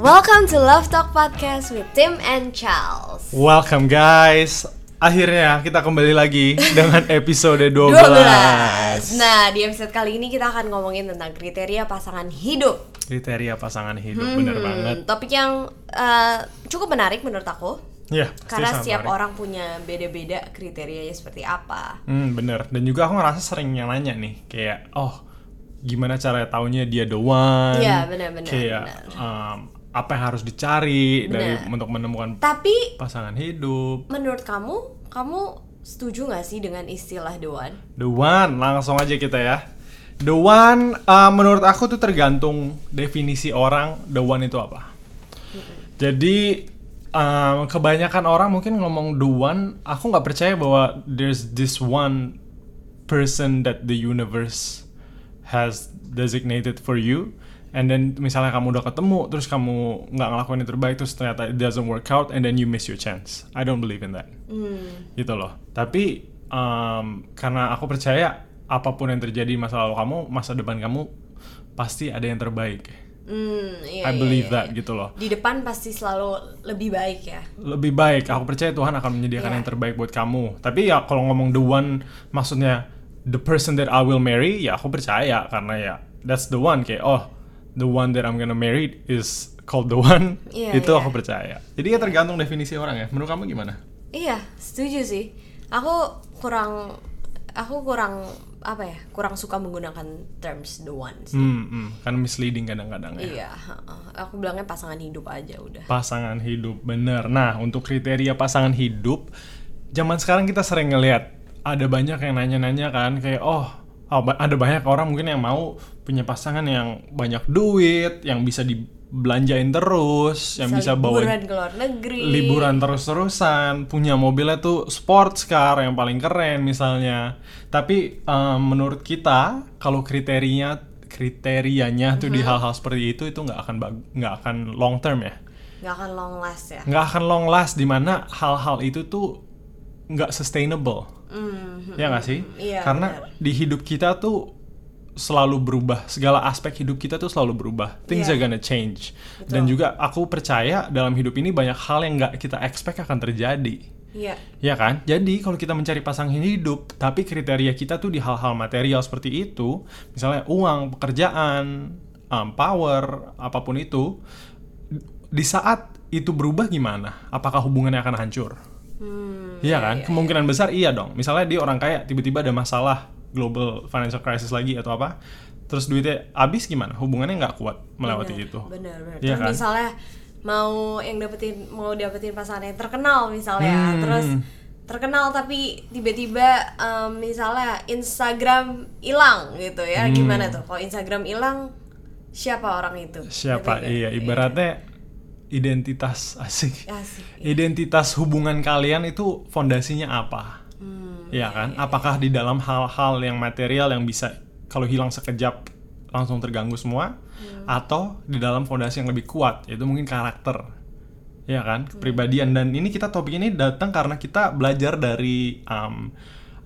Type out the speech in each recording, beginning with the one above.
Welcome to Love Talk Podcast with Tim and Charles. Welcome guys. Akhirnya kita kembali lagi dengan episode 12. 12. Nah, di episode kali ini kita akan ngomongin tentang kriteria pasangan hidup. Kriteria pasangan hidup bener Hmm, banget. Topik yang eh, cukup menarik menurut aku. Ya, Karena setiap orang punya beda-beda kriterianya seperti apa. Hmm, bener. Dan juga aku ngerasa sering yang nanya nih, kayak oh, gimana cara taunya dia the one? Iya, benar-benar, Kayak benar. um, apa yang harus dicari dari Benar. untuk menemukan Tapi pasangan hidup. menurut kamu, kamu setuju gak sih dengan istilah the one? The One, langsung aja kita ya. The One, uh, menurut aku tuh tergantung definisi orang The One itu apa. Jadi um, kebanyakan orang mungkin ngomong The One, aku nggak percaya bahwa there's this one person that the universe has designated for you. And then misalnya kamu udah ketemu, terus kamu nggak ngelakuin yang terbaik, terus ternyata it doesn't work out, and then you miss your chance. I don't believe in that gitu loh. Tapi um, karena aku percaya apapun yang terjadi di masa lalu kamu, masa depan kamu pasti ada yang terbaik. Hmm, iya, I iya, believe iya, that iya. gitu loh. Di depan pasti selalu lebih baik ya. Lebih baik, aku percaya Tuhan akan menyediakan Iya. yang terbaik buat kamu. Tapi ya kalau ngomong the one, maksudnya the person that I will marry, ya aku percaya karena ya that's the one kayak oh the one that I'm gonna marry is called the one. Iya, Itu iya. aku percaya. Jadi ya tergantung definisi orang ya. Menurut kamu gimana? Iya, setuju sih. Aku kurang aku kurang apa ya? Kurang suka menggunakan terms the ones. Hmm, hmm, kan misleading kadang-kadang ya. Iya, heeh. aku bilangnya pasangan hidup aja udah. Pasangan hidup bener. Nah, untuk kriteria pasangan hidup, zaman sekarang kita sering ngelihat ada banyak yang nanya-nanya kan, kayak oh, oh, ba- ada banyak orang mungkin yang mau punya pasangan yang banyak duit, yang bisa dibelanjain terus, yang bisa bawa liburan ke luar negeri. liburan terus-terusan, punya mobilnya tuh sports car yang paling keren misalnya. Tapi eh, menurut kita kalau kriterianya kriterianya tuh di hal-hal seperti itu itu nggak akan bag- nggak akan long term ya Nggak akan long last ya. nggak akan long last di mana hal-hal itu tuh nggak sustainable Hmm. ya nggak sih Iya, karena di hidup kita tuh selalu berubah segala aspek hidup kita tuh selalu berubah things Iya. are gonna change dan juga aku percaya dalam hidup ini banyak hal yang nggak kita expect akan terjadi Iya. Ya kan? Jadi kalau kita mencari pasangan hidup, tapi kriteria kita tuh di hal-hal material seperti itu, misalnya uang, pekerjaan, um, power, apapun itu, di saat itu berubah gimana? Apakah hubungannya akan hancur? Hmm. Iya kan? Kemungkinan besar iya dong. Misalnya dia orang kaya, tiba-tiba ada masalah global financial crisis lagi atau apa, terus duitnya habis gimana? Hubungannya nggak kuat melewati benar, itu. Benar, benar. Terus Iya kan? misalnya mau yang dapetin mau dapetin pasangan yang terkenal misalnya, Hmm. terus terkenal tapi tiba-tiba em, misalnya Instagram hilang gitu ya. Hmm. Gimana tuh? Kalau Instagram hilang siapa orang itu? Siapa? Gitu Iya, kan? ibaratnya identitas asik. Iya. Asik. identitas hubungan kalian itu fondasinya apa? Hmm, Ya kan? Apakah di dalam hal-hal yang material yang bisa kalau hilang sekejap langsung terganggu semua Hmm. atau di dalam fondasi yang lebih kuat yaitu mungkin karakter. Ya kan? Hmm. Kepribadian dan ini kita topik ini datang karena kita belajar dari um,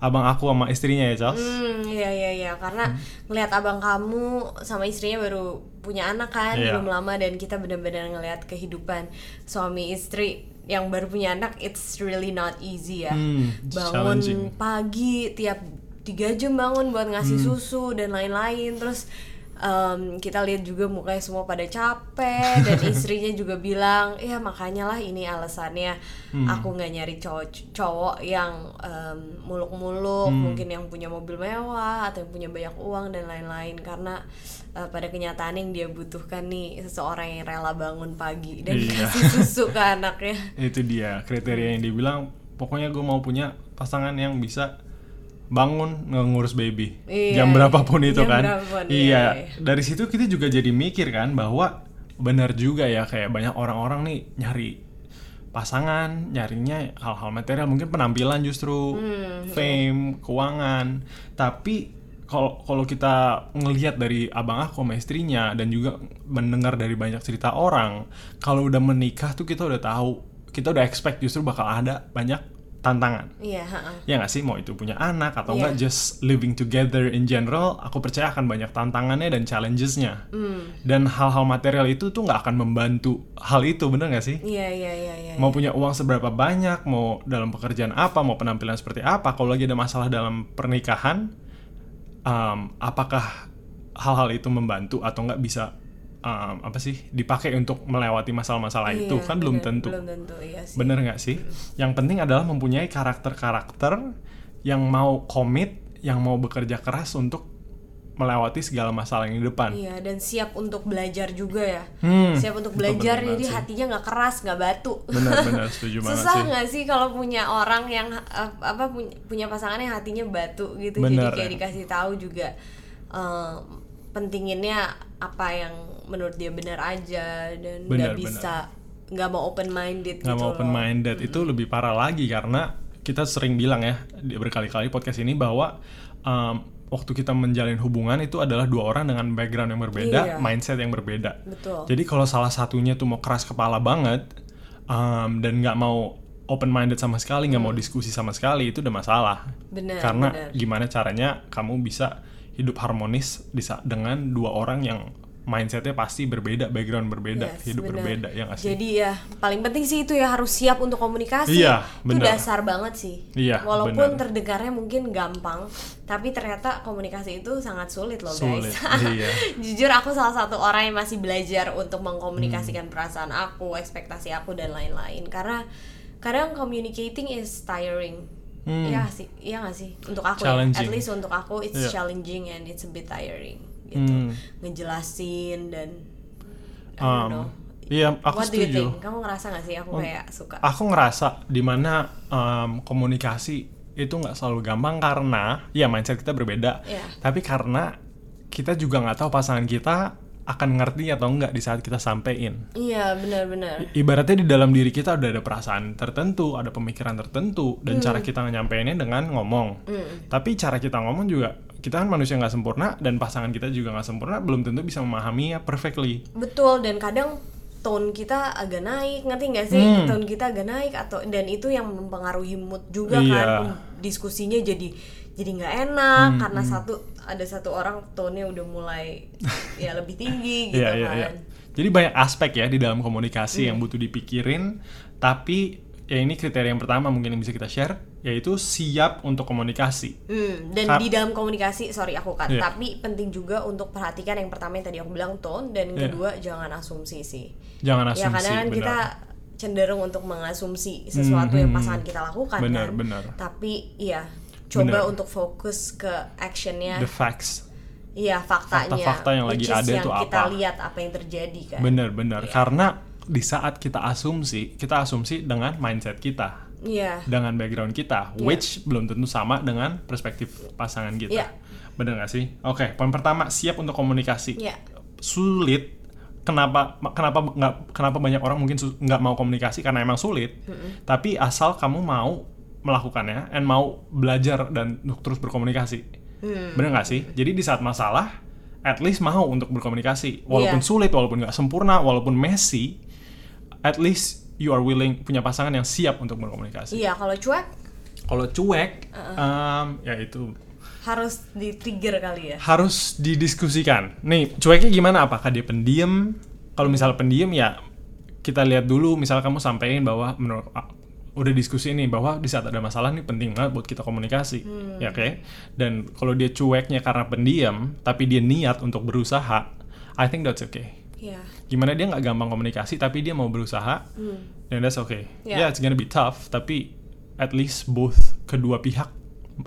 abang aku sama istrinya ya, Charles. Hmm, iya iya iya karena Hmm. ngelihat abang kamu sama istrinya baru punya anak kan Iya. belum lama dan kita benar-benar ngelihat kehidupan suami istri yang baru punya anak it's really not easy ya. Hmm, bangun challenging. pagi tiap tiga jam bangun buat ngasih Hmm. susu dan lain-lain terus em, kita lihat juga mukanya semua pada capek dan istrinya juga bilang ya makanya lah ini alasannya Hmm. aku nggak nyari cowok cowok yang em, muluk-muluk Hmm. mungkin yang punya mobil mewah atau yang punya banyak uang dan lain-lain karena eh, pada kenyataan yang dia butuhkan nih seseorang yang rela bangun pagi dan Iya. kasih susu ke anaknya itu dia kriteria yang dibilang pokoknya gue mau punya pasangan yang bisa bangun ngurus baby Iya, jam berapapun itu jam kan berapapun, iya, iya iya. dari situ kita juga jadi mikir kan bahwa benar juga ya kayak banyak orang-orang nih nyari pasangan nyarinya hal-hal material mungkin penampilan justru Hmm, fame keuangan tapi kalau kalau kita ngelihat dari abang aku sama istrinya dan juga mendengar dari banyak cerita orang kalau udah menikah tuh kita udah tahu kita udah expect justru bakal ada banyak tantangan. Iya, heeh. Ya nggak sih, mau itu punya anak Iya. atau nggak just living together in general, aku percaya akan banyak tantangannya dan challengesnya. Hmm. Dan hal-hal material itu tuh nggak akan membantu hal itu, bener nggak sih? Iya, iya, iya, iya. Mau punya uang seberapa banyak, mau dalam pekerjaan apa, mau penampilan seperti apa, kalau lagi ada masalah dalam pernikahan, um, apakah hal-hal itu membantu atau nggak bisa um, apa sih dipakai untuk melewati masalah-masalah itu Iya, kan belum bener, tentu. Belum tentu, iya sih. Bener nggak sih? Yang penting adalah mempunyai karakter-karakter yang mau komit, yang mau bekerja keras untuk melewati segala masalah yang di depan. Iya, dan siap untuk belajar juga ya. Hmm, siap untuk itu belajar, bener banget jadi sih. hatinya nggak keras, nggak batu. Benar-benar setuju banget Susah sih. nggak sih kalau punya orang yang eh, apa punya, punya pasangan yang hatinya batu gitu, Bener. jadi kayak dikasih tahu juga eh, pentinginnya apa yang menurut dia benar aja dan nggak Bener, bener. bisa nggak mau open minded gitu nggak loh. mau Hmm. open minded itu lebih parah lagi karena kita sering bilang ya di- berkali-kali podcast ini bahwa um, waktu kita menjalin hubungan itu adalah dua orang dengan background yang berbeda, Iya. mindset yang berbeda. Betul. Jadi kalau salah satunya tuh mau keras kepala banget um, dan nggak mau open minded sama sekali, nggak Hmm. mau diskusi sama sekali itu udah masalah. Bener, Karena bener. gimana caranya kamu bisa hidup harmonis di sa- dengan dua orang yang mindsetnya pasti berbeda, background berbeda, Yes, hidup benar. berbeda ya nggak sih? Jadi ya paling penting sih itu ya harus siap untuk komunikasi. Iya, itu benar. dasar banget sih. Iya, Walaupun benar. terdengarnya mungkin gampang, tapi ternyata komunikasi itu sangat sulit loh Sulit, guys. iya. Jujur aku salah satu orang yang masih belajar untuk Hmm. mengkomunikasikan perasaan aku, ekspektasi aku dan lain-lain. Karena kadang communicating is tiring. Hmm. Iya sih, iya nggak sih? Untuk aku ya, at Challenging. least untuk aku it's Iya. challenging and it's a bit tiring gitu. Hmm. Ngejelasin dan I don't Um, know. Iya, aku What do you setuju. Ah. think? Kamu ngerasa gak sih aku kayak suka? Aku ngerasa dimana um, komunikasi itu nggak selalu gampang karena ya mindset kita berbeda. Iya. Tapi karena kita juga nggak tahu pasangan kita akan ngerti atau nggak di saat kita sampein. Iya benar-benar. Ibaratnya di dalam diri kita udah ada perasaan tertentu, ada pemikiran tertentu, dan cara kita nyampeinnya dengan ngomong. Tapi cara kita ngomong juga, kita kan manusia nggak sempurna dan pasangan kita juga nggak sempurna, belum tentu bisa memahaminya perfectly. Betul dan kadang tone kita agak naik ngerti nggak sih? Hmm. Tone kita agak naik atau dan itu yang mempengaruhi mood juga Iya. kan diskusinya jadi jadi nggak enak Hmm, karena satu ada satu orang tone-nya udah mulai ya lebih tinggi gitu Iya, iya, kan. iya. Jadi banyak aspek ya di dalam Iya. komunikasi yang butuh dipikirin, tapi ya ini kriteria yang pertama mungkin yang bisa kita share, yaitu siap untuk komunikasi. Hmm, dan Kar- di dalam komunikasi, sorry aku kan, Iya. tapi penting juga untuk perhatikan yang pertama yang tadi aku bilang tone dan Iya. kedua jangan asumsi sih. Jangan ya asumsi, kadang kan benar. Hmm, kita cenderung untuk mengasumsi sesuatu yang pasangan kita lakukan Benar, kan benar. tapi iya coba Benar. untuk fokus ke actionnya The facts. iya faktanya Fakta-fakta yang which is lagi ada yang tuh kita apa. lihat apa yang terjadi kan Benar-benar. Karena di saat kita asumsi, kita asumsi dengan mindset kita, iya dengan background kita, which belum tentu sama dengan perspektif pasangan kita. Iya. Benar nggak sih? Oke, poin pertama siap untuk komunikasi. iya sulit kenapa ma- kenapa b- nggak kenapa banyak orang mungkin su- nggak mau komunikasi karena emang sulit tapi asal kamu mau melakukannya and mau belajar dan untuk terus berkomunikasi bener nggak sih jadi di saat masalah at least mau untuk berkomunikasi Iya. walaupun sulit walaupun nggak sempurna walaupun messy at least you are willing punya pasangan yang siap untuk berkomunikasi iya kalau cuek kalau cuek em, ya itu harus di trigger kali ya harus didiskusikan. Nih, cueknya gimana? Apakah dia pendiam? Kalau misal pendiam ya kita lihat dulu misal kamu sampein bahwa menurut ah, udah diskusi nih bahwa di saat ada masalah nih penting banget buat kita komunikasi, ya oke. Dan kalau dia cueknya karena pendiam tapi dia niat untuk berusaha, I think that's okay. iya Gimana dia nggak gampang komunikasi tapi dia mau berusaha, dan that's okay. Yeah. Yeah. it's gonna be tough tapi at least both kedua pihak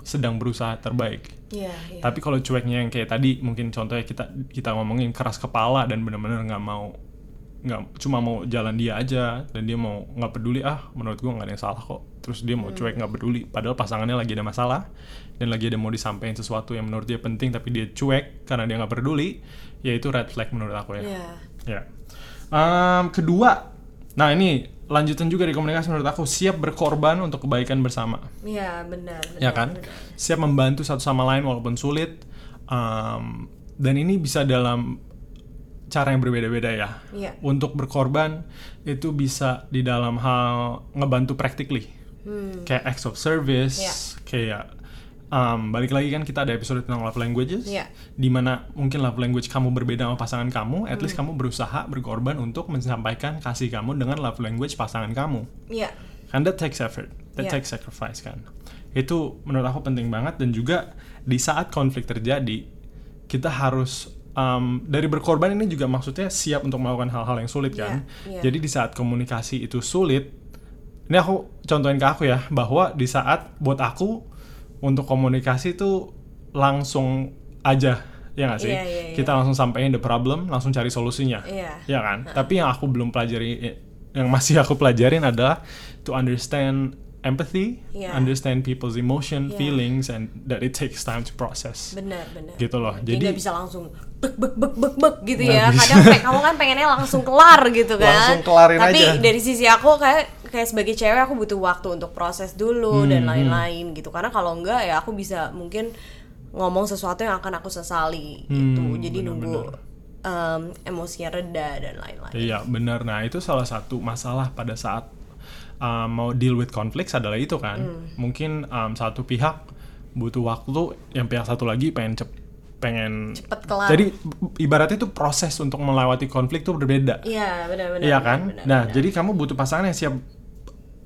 sedang berusaha terbaik. iya iya Tapi kalau cueknya yang kayak tadi, mungkin contohnya kita kita ngomongin keras kepala dan bener-bener nggak mau nggak cuma mau jalan dia aja dan dia mau nggak peduli ah menurut gua nggak ada yang salah kok terus dia Hmm. mau cuek nggak peduli padahal pasangannya lagi ada masalah dan lagi ada mau disampaikan sesuatu yang menurut dia penting tapi dia cuek karena dia nggak peduli ya itu red flag menurut aku ya iya Ya. Em, kedua nah ini lanjutan juga di komunikasi menurut aku siap berkorban untuk kebaikan bersama iya benar benar, ya kan benar. siap membantu satu sama lain walaupun sulit Um, dan ini bisa dalam cara yang berbeda-beda ya Iya. untuk berkorban itu bisa di dalam hal ngebantu practically Hmm. kayak acts of service, Iya. kayak um, balik lagi kan kita ada episode tentang love languages, Iya. dimana mungkin love language kamu berbeda sama pasangan kamu, at least kamu berusaha berkorban untuk menyampaikan kasih kamu dengan love language pasangan kamu, Iya. kan that takes effort, that Iya. takes sacrifice kan, itu menurut aku penting banget dan juga di saat konflik terjadi kita harus um, dari berkorban ini juga maksudnya siap untuk melakukan hal-hal yang sulit kan, Iya, iya. jadi di saat komunikasi itu sulit ini aku contohin ke aku ya bahwa di saat buat aku untuk komunikasi itu langsung aja ya nggak sih Iya, iya, iya. kita langsung sampaikan the problem langsung cari solusinya Iya. ya kan tapi yang aku belum pelajari eh, yang masih aku pelajarin adalah to understand empathy Iya. understand people's emotion Iya. feelings and that it takes time to process Benar, benar. Gitu loh, jadi- nggak bisa langsung bek bek bek bek bek gitu Nggak ya. bisa. Kadang kayak kamu kan pengennya langsung kelar gitu kan. Langsung kelarin Tapi aja. dari sisi aku kayak kayak sebagai cewek aku butuh waktu untuk proses dulu Hmm, dan lain-lain gitu. Karena kalau enggak ya aku bisa mungkin ngomong sesuatu yang akan aku sesali gitu. Hmm, Jadi nunggu benar-benar. em, emosinya reda dan lain-lain. Iya benar. Nah itu salah satu masalah pada saat um, mau deal with conflicts adalah itu kan. Hmm. Mungkin um, satu pihak butuh waktu, yang pihak satu lagi pengen cep pengen. Cepet kelar. Jadi b- ibaratnya itu proses untuk melewati konflik tuh berbeda. Iya, benar-benar. Iya kan? benar, nah benar. jadi kamu butuh pasangan yang siap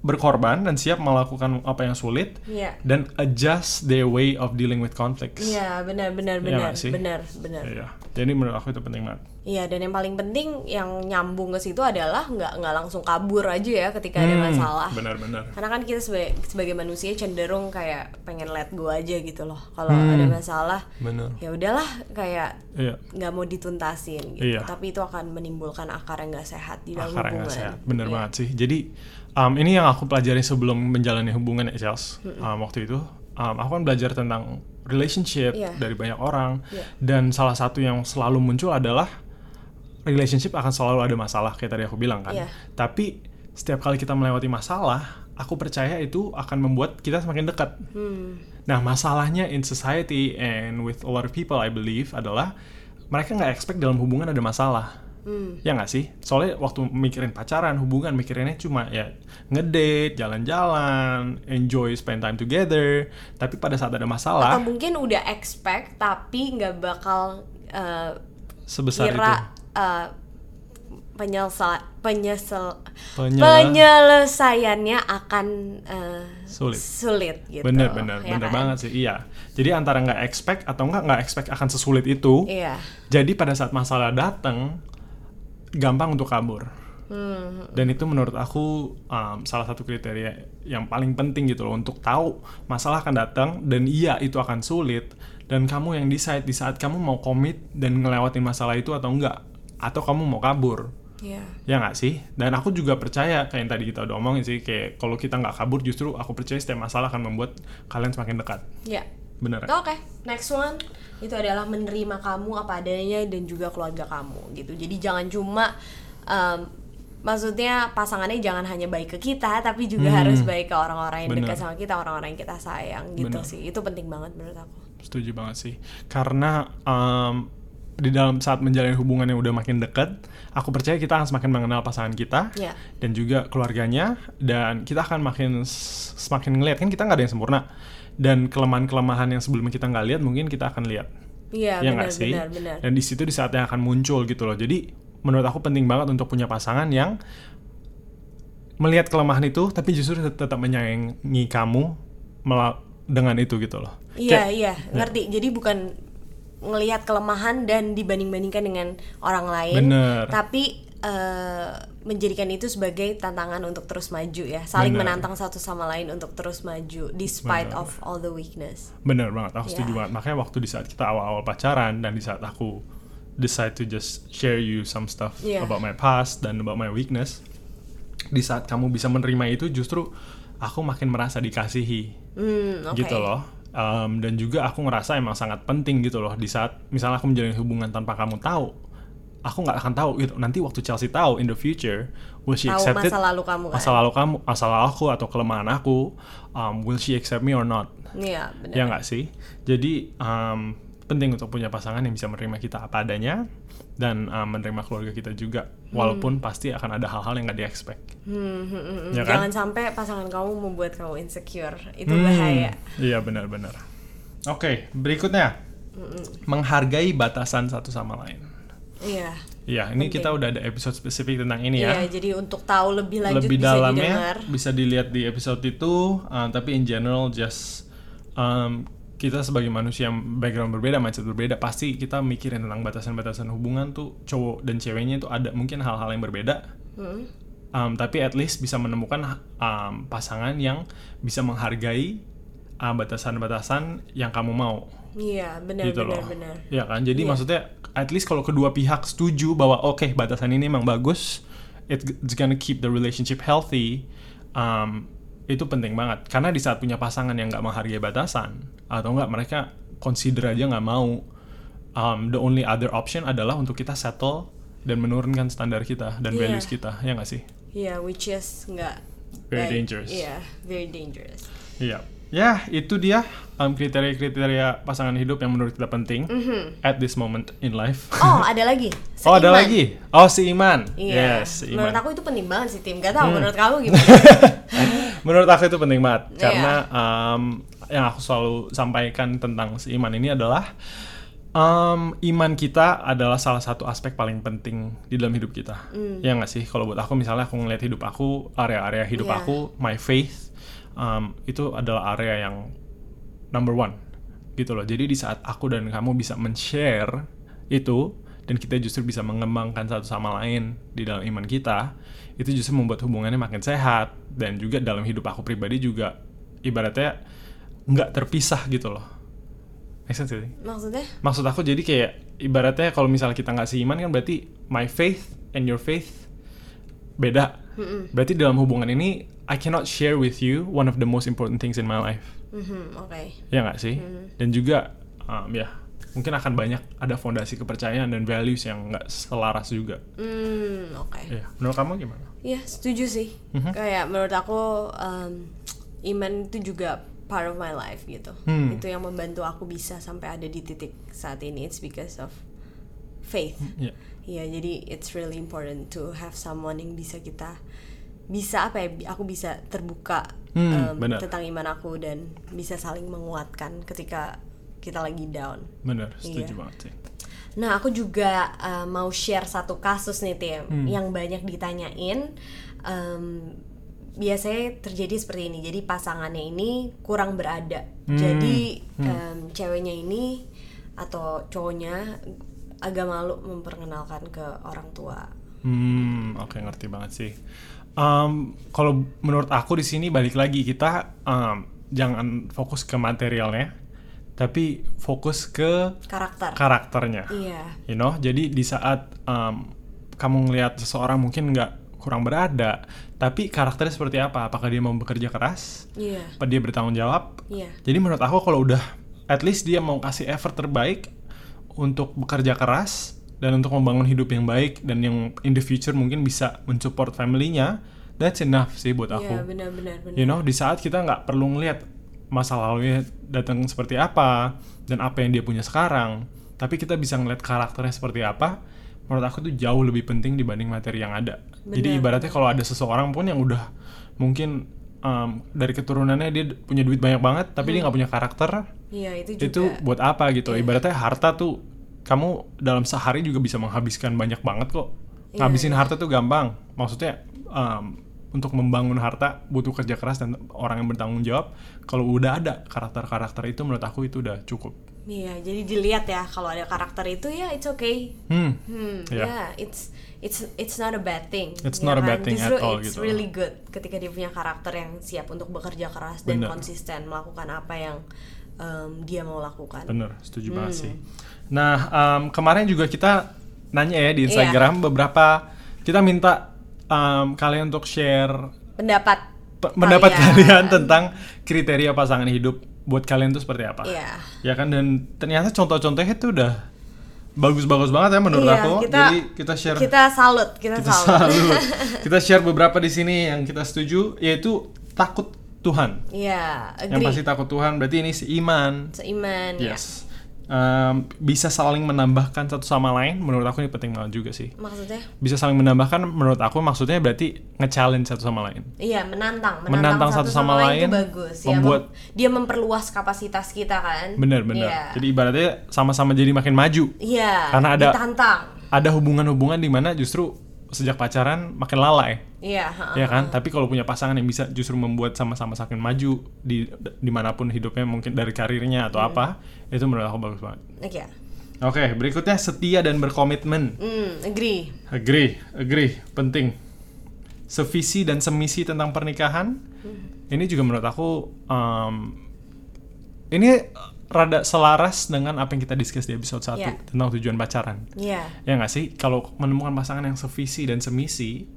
berkorban dan siap melakukan apa yang sulit Iya. dan adjust their way of dealing with conflicts. Iya, benar-benar Iya benar. nggak sih? benar, benar. Iya. Jadi menurut aku itu penting banget. Iya dan yang paling penting yang nyambung ke situ adalah nggak nggak langsung kabur aja ya ketika ada Hmm, masalah. Benar-benar. Karena kan kita sebagai sebagai manusia cenderung kayak pengen let go aja gitu loh. Kalau Hmm. ada masalah Benar. ya udahlah kayak Iya. nggak mau dituntasin gitu. Iya. Tapi itu akan menimbulkan akar yang nggak sehat di dalam akar yang hubungan. Iya. nggak sehat. ya, Bener banget sih. Jadi um, ini yang aku pelajari sebelum menjalani hubungan ya, Charles. Um, waktu itu um, aku kan belajar tentang relationship Iya. dari banyak orang Iya. dan salah satu yang selalu muncul adalah relationship akan selalu ada masalah kayak tadi aku bilang kan. Iya. Tapi setiap kali kita melewati masalah, aku percaya itu akan membuat kita semakin dekat. Nah, masalahnya in society and with a lot of people I believe adalah mereka nggak expect dalam hubungan ada masalah. Hmm. Ya nggak sih? Soalnya waktu mikirin pacaran, hubungan mikirinnya cuma ya ngedate, jalan-jalan, enjoy spend time together. Tapi pada saat ada Atau masalah mungkin udah expect tapi nggak bakal eh, sebesar itu. kira eh, penyelesa- penyesel Penyela- penyelesaiannya akan eh, Sulit. gitu. Bener bener ya bener kan? banget sih iya. Jadi antara nggak expect atau nggak nggak expect akan sesulit itu. Iya. Jadi pada saat masalah datang, gampang untuk kabur. Hmm, Dan itu menurut aku um, salah satu kriteria yang paling penting gitu loh untuk tahu masalah akan datang dan iya itu akan sulit dan kamu yang decide di saat kamu mau komit dan ngelewatin masalah itu atau enggak atau kamu mau kabur Iya. ya nggak sih dan aku juga percaya kayak yang tadi kita udah omongin sih kayak kalau kita nggak kabur justru aku percaya setiap masalah akan membuat kalian semakin dekat Iya. bener Oke, next one itu adalah menerima kamu apa adanya dan juga keluarga kamu gitu. Jadi jangan cuma em, maksudnya pasangannya jangan hanya baik ke kita tapi juga Hmm. harus baik ke orang-orang yang Bener. dekat sama kita, orang-orang yang kita sayang gitu Bener. sih. Itu penting banget menurut aku. setuju banget sih karena um, di dalam saat menjalin hubungan yang udah makin dekat aku percaya kita akan semakin mengenal pasangan kita Iya. dan juga keluarganya dan kita akan makin s- semakin ngeliat kan kita nggak ada yang sempurna dan kelemahan-kelemahan yang sebelumnya kita nggak lihat mungkin kita akan lihat Iya, ya benar nggak sih benar benar. dan di situ di saat yang akan muncul gitu loh jadi menurut aku penting banget untuk punya pasangan yang melihat kelemahan itu tapi justru tet- tetap menyayangi kamu mela- dengan itu gitu loh Iya Kayak- iya ngerti. Jadi bukan ngelihat kelemahan dan dibanding-bandingkan dengan orang lain, Bener. tapi eh, menjadikan itu sebagai tantangan untuk terus maju ya, saling Bener. menantang satu sama lain untuk terus maju despite Bener. of all the weakness. Bener banget, aku setuju Ya. banget. Makanya waktu di saat kita awal-awal pacaran dan di saat aku decide to just share you some stuff Ya. about my past dan about my weakness, di saat kamu bisa menerima itu justru aku makin merasa dikasihi Hmm, oke. gitu loh. Um, dan juga aku ngerasa emang sangat penting gitu loh di saat misalnya aku menjalin hubungan tanpa kamu tahu, aku nggak akan tahu gitu. Nanti waktu Chelsea tahu in the future, will she Tahu accept it? masa lalu kamu kan? Masa lalu kamu, masa lalu aku atau kelemahan aku, um, will she accept me or not? Iya, benar. Ya nggak sih? Jadi um, penting untuk punya pasangan yang bisa menerima kita apa adanya dan uh, menerima keluarga kita juga walaupun pasti akan ada hal-hal yang nggak di-expect Hmm, hmm, hmm, hmm. Ya kan? Jangan sampai pasangan kamu membuat kamu insecure. Itu Hmm, bahaya. iya benar-benar oke berikutnya Hmm, menghargai batasan satu sama lain Iya. Iya, ini Penting. kita udah ada episode spesifik tentang ini ya. Iya, jadi untuk tahu lebih lanjut lebih bisa dalamnya didengar. bisa dilihat di episode itu uh, tapi in general just um, kita sebagai manusia yang background berbeda mindset berbeda pasti kita mikirin tentang batasan-batasan hubungan tuh cowok dan ceweknya itu ada mungkin hal-hal yang berbeda Hmm. Um, tapi at least bisa menemukan um, pasangan yang bisa menghargai uh, batasan-batasan yang kamu mau Iya, benar gitu benar loh. benar. Iya kan? Jadi maksudnya at least kalau kedua pihak setuju bahwa oke batasan ini emang bagus, it- it's gonna keep the relationship healthy. um, itu penting banget karena di saat punya pasangan yang nggak menghargai batasan atau nggak mereka consider aja nggak mau um, the only other option adalah untuk kita settle dan menurunkan standar kita dan Iya. values kita ya nggak sih Iya, which is nggak Very baik. dangerous. Iya, very dangerous. Iya. Ya, itu dia um, kriteria-kriteria pasangan hidup yang menurut kita penting Mm. at this moment in life. Oh, ada lagi. Oh ada Seiman. lagi? Oh si Iman. Iya. Yes, Hmm. si Iman. menurut aku itu penting banget sih, Tim. Gak tau menurut kamu gimana? Menurut aku itu penting banget Iya. karena um, yang aku selalu sampaikan tentang si Iman ini adalah um, iman kita adalah salah satu aspek paling penting di dalam hidup kita. Ya nggak sih? Kalau buat aku misalnya aku ngeliat hidup aku, area-area hidup Iya. aku, my faith um, itu adalah area yang number one gitu loh. Jadi di saat aku dan kamu bisa men-share itu dan kita justru bisa mengembangkan satu sama lain di dalam iman kita, itu justru membuat hubungannya makin sehat dan juga dalam hidup aku pribadi juga ibaratnya nggak terpisah gitu loh. Make sense gak sih? Maksudnya? Maksud aku jadi kayak ibaratnya kalau misalnya kita nggak seiman kan berarti my faith and your faith beda. Berarti dalam hubungan ini I cannot share with you one of the most important things in my life Mhm, Oke. ya nggak sih dan juga um, ya mungkin akan banyak ada fondasi kepercayaan dan values yang nggak selaras juga Hmm, oke. ya menurut kamu gimana Iya, setuju sih. Mm-hmm. Kayak menurut aku em, iman itu juga part of my life gitu. Hmm. Itu yang membantu aku bisa sampai ada di titik saat ini. It's because of faith. ya Iya, jadi it's really important to have someone yang bisa kita bisa apa ya? bi- Aku bisa terbuka Hmm, em, benar. tentang iman aku dan bisa saling menguatkan ketika kita lagi down. bener setuju Iya. banget sih Nah, aku juga uh, mau share satu kasus nih, Tim, Hmm. yang banyak ditanyain. Um, biasanya terjadi seperti ini. Jadi pasangannya ini kurang berada. Hmm. Jadi um, ceweknya ini atau cowoknya agak malu memperkenalkan ke orang tua. hmm oke ngerti banget sih Um, kalau menurut aku di sini balik lagi kita um, jangan fokus ke materialnya tapi fokus ke Karakter. karakternya iya. you know jadi di saat um, kamu ngelihat seseorang mungkin nggak kurang berada tapi karakternya seperti apa apakah dia mau bekerja keras Iya. apa dia bertanggung jawab Iya. jadi menurut aku kalau udah at least dia mau kasih effort terbaik untuk bekerja keras dan untuk membangun hidup yang baik dan yang in the future mungkin bisa mensupport family-nya that's enough sih buat aku Iya, benar-benar benar. you know di saat kita nggak perlu ngelihat masa lalunya datang seperti apa dan apa yang dia punya sekarang tapi kita bisa ngelihat karakternya seperti apa menurut aku itu jauh lebih penting dibanding materi yang ada Benar. jadi ibaratnya kalau ada seseorang pun yang udah mungkin um, dari keturunannya dia d- punya duit banyak banget tapi dia nggak punya karakter Iya, itu Iya. juga. itu buat apa gitu ibaratnya harta tuh kamu dalam sehari juga bisa menghabiskan banyak banget kok Iya, ngabisin harta tuh gampang maksudnya um, untuk membangun harta butuh kerja keras dan orang yang bertanggung jawab kalau udah ada karakter-karakter itu menurut aku itu udah cukup Iya, jadi dilihat ya kalau ada karakter itu ya it's okay. hmm Hmm, Iya. yeah, it's it's it's not a bad thing. It's ya not a kan? bad thing Justru at all it's gitu. really good ketika dia punya karakter yang siap untuk bekerja keras dan Bener. konsisten melakukan apa yang em, dia mau lakukan. bener setuju Hmm. banget sih nah um, kemarin juga kita nanya ya Iya. di Instagram beberapa kita minta um, kalian untuk share Pendapat pe- pendapat kalian. kalian tentang kriteria pasangan hidup buat kalian tuh seperti apa Iya. ya kan dan ternyata contoh-contohnya itu udah bagus-bagus banget ya menurut Iya, aku kita- jadi kita share Kita salut, kita, kita salut. salut kita share beberapa di sini yang kita setuju yaitu takut Tuhan Iya, yang agree. pasti takut Tuhan berarti ini seiman Seiman ya. yes um, bisa saling menambahkan satu sama lain menurut aku ini penting banget juga sih maksudnya bisa saling menambahkan menurut aku maksudnya berarti nge-challenge satu sama lain Iya menantang, Menantang satu sama itu lain, bagus. Ya, membuat- mem- dia memperluas kapasitas kita kan. bener-bener Iya. jadi ibaratnya sama-sama jadi makin maju Iya. Karena ada- ditantang. ada hubungan-hubungan di mana justru sejak pacaran makin lalai Iya. ha-ha. ya kan tapi kalau punya pasangan yang bisa justru membuat sama-sama makin maju di dimanapun hidupnya mungkin dari karirnya atau apa itu menurut aku bagus banget Oke. Iya. ya. oke berikutnya setia dan berkomitmen Hmm, agree. agree agree penting sevisi dan semisi tentang pernikahan ini juga menurut aku um, ini rada selaras dengan apa yang kita discuss di episode 1 Iya. tentang tujuan pacaran Iya. ya nggak sih kalau menemukan pasangan yang sevisi dan semisi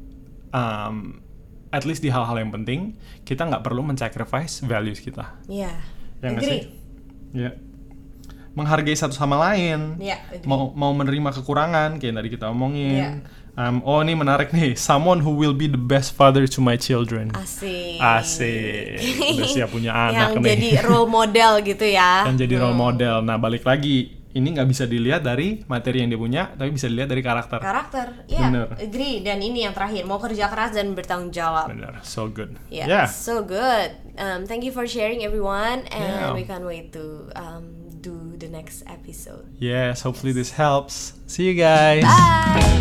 um, at least di hal-hal yang penting kita nggak perlu mensacrifice values kita Iya. ya nggak sih agree. ya menghargai satu sama lain Iya, agree. mau mau menerima kekurangan kayak yang tadi kita omongin Iya. Um, oh ini menarik nih someone who will be the best father to my children Ah, Asik. Asik. Udah siap punya Yang anak nih. jadi role model gitu ya. dan Kan jadi role model nah balik lagi ini nggak bisa dilihat dari materi yang dia punya tapi bisa dilihat dari karakter Karakter. Iya. Bener. Agree. Dan ini yang terakhir, mau kerja keras dan bertanggung jawab. Bener, so good. Yeah, Yeah. so good. Um, thank you for sharing, everyone, and Yeah. we can't wait to um, do the next episode. Yes, hopefully this helps. See you guys. Bye.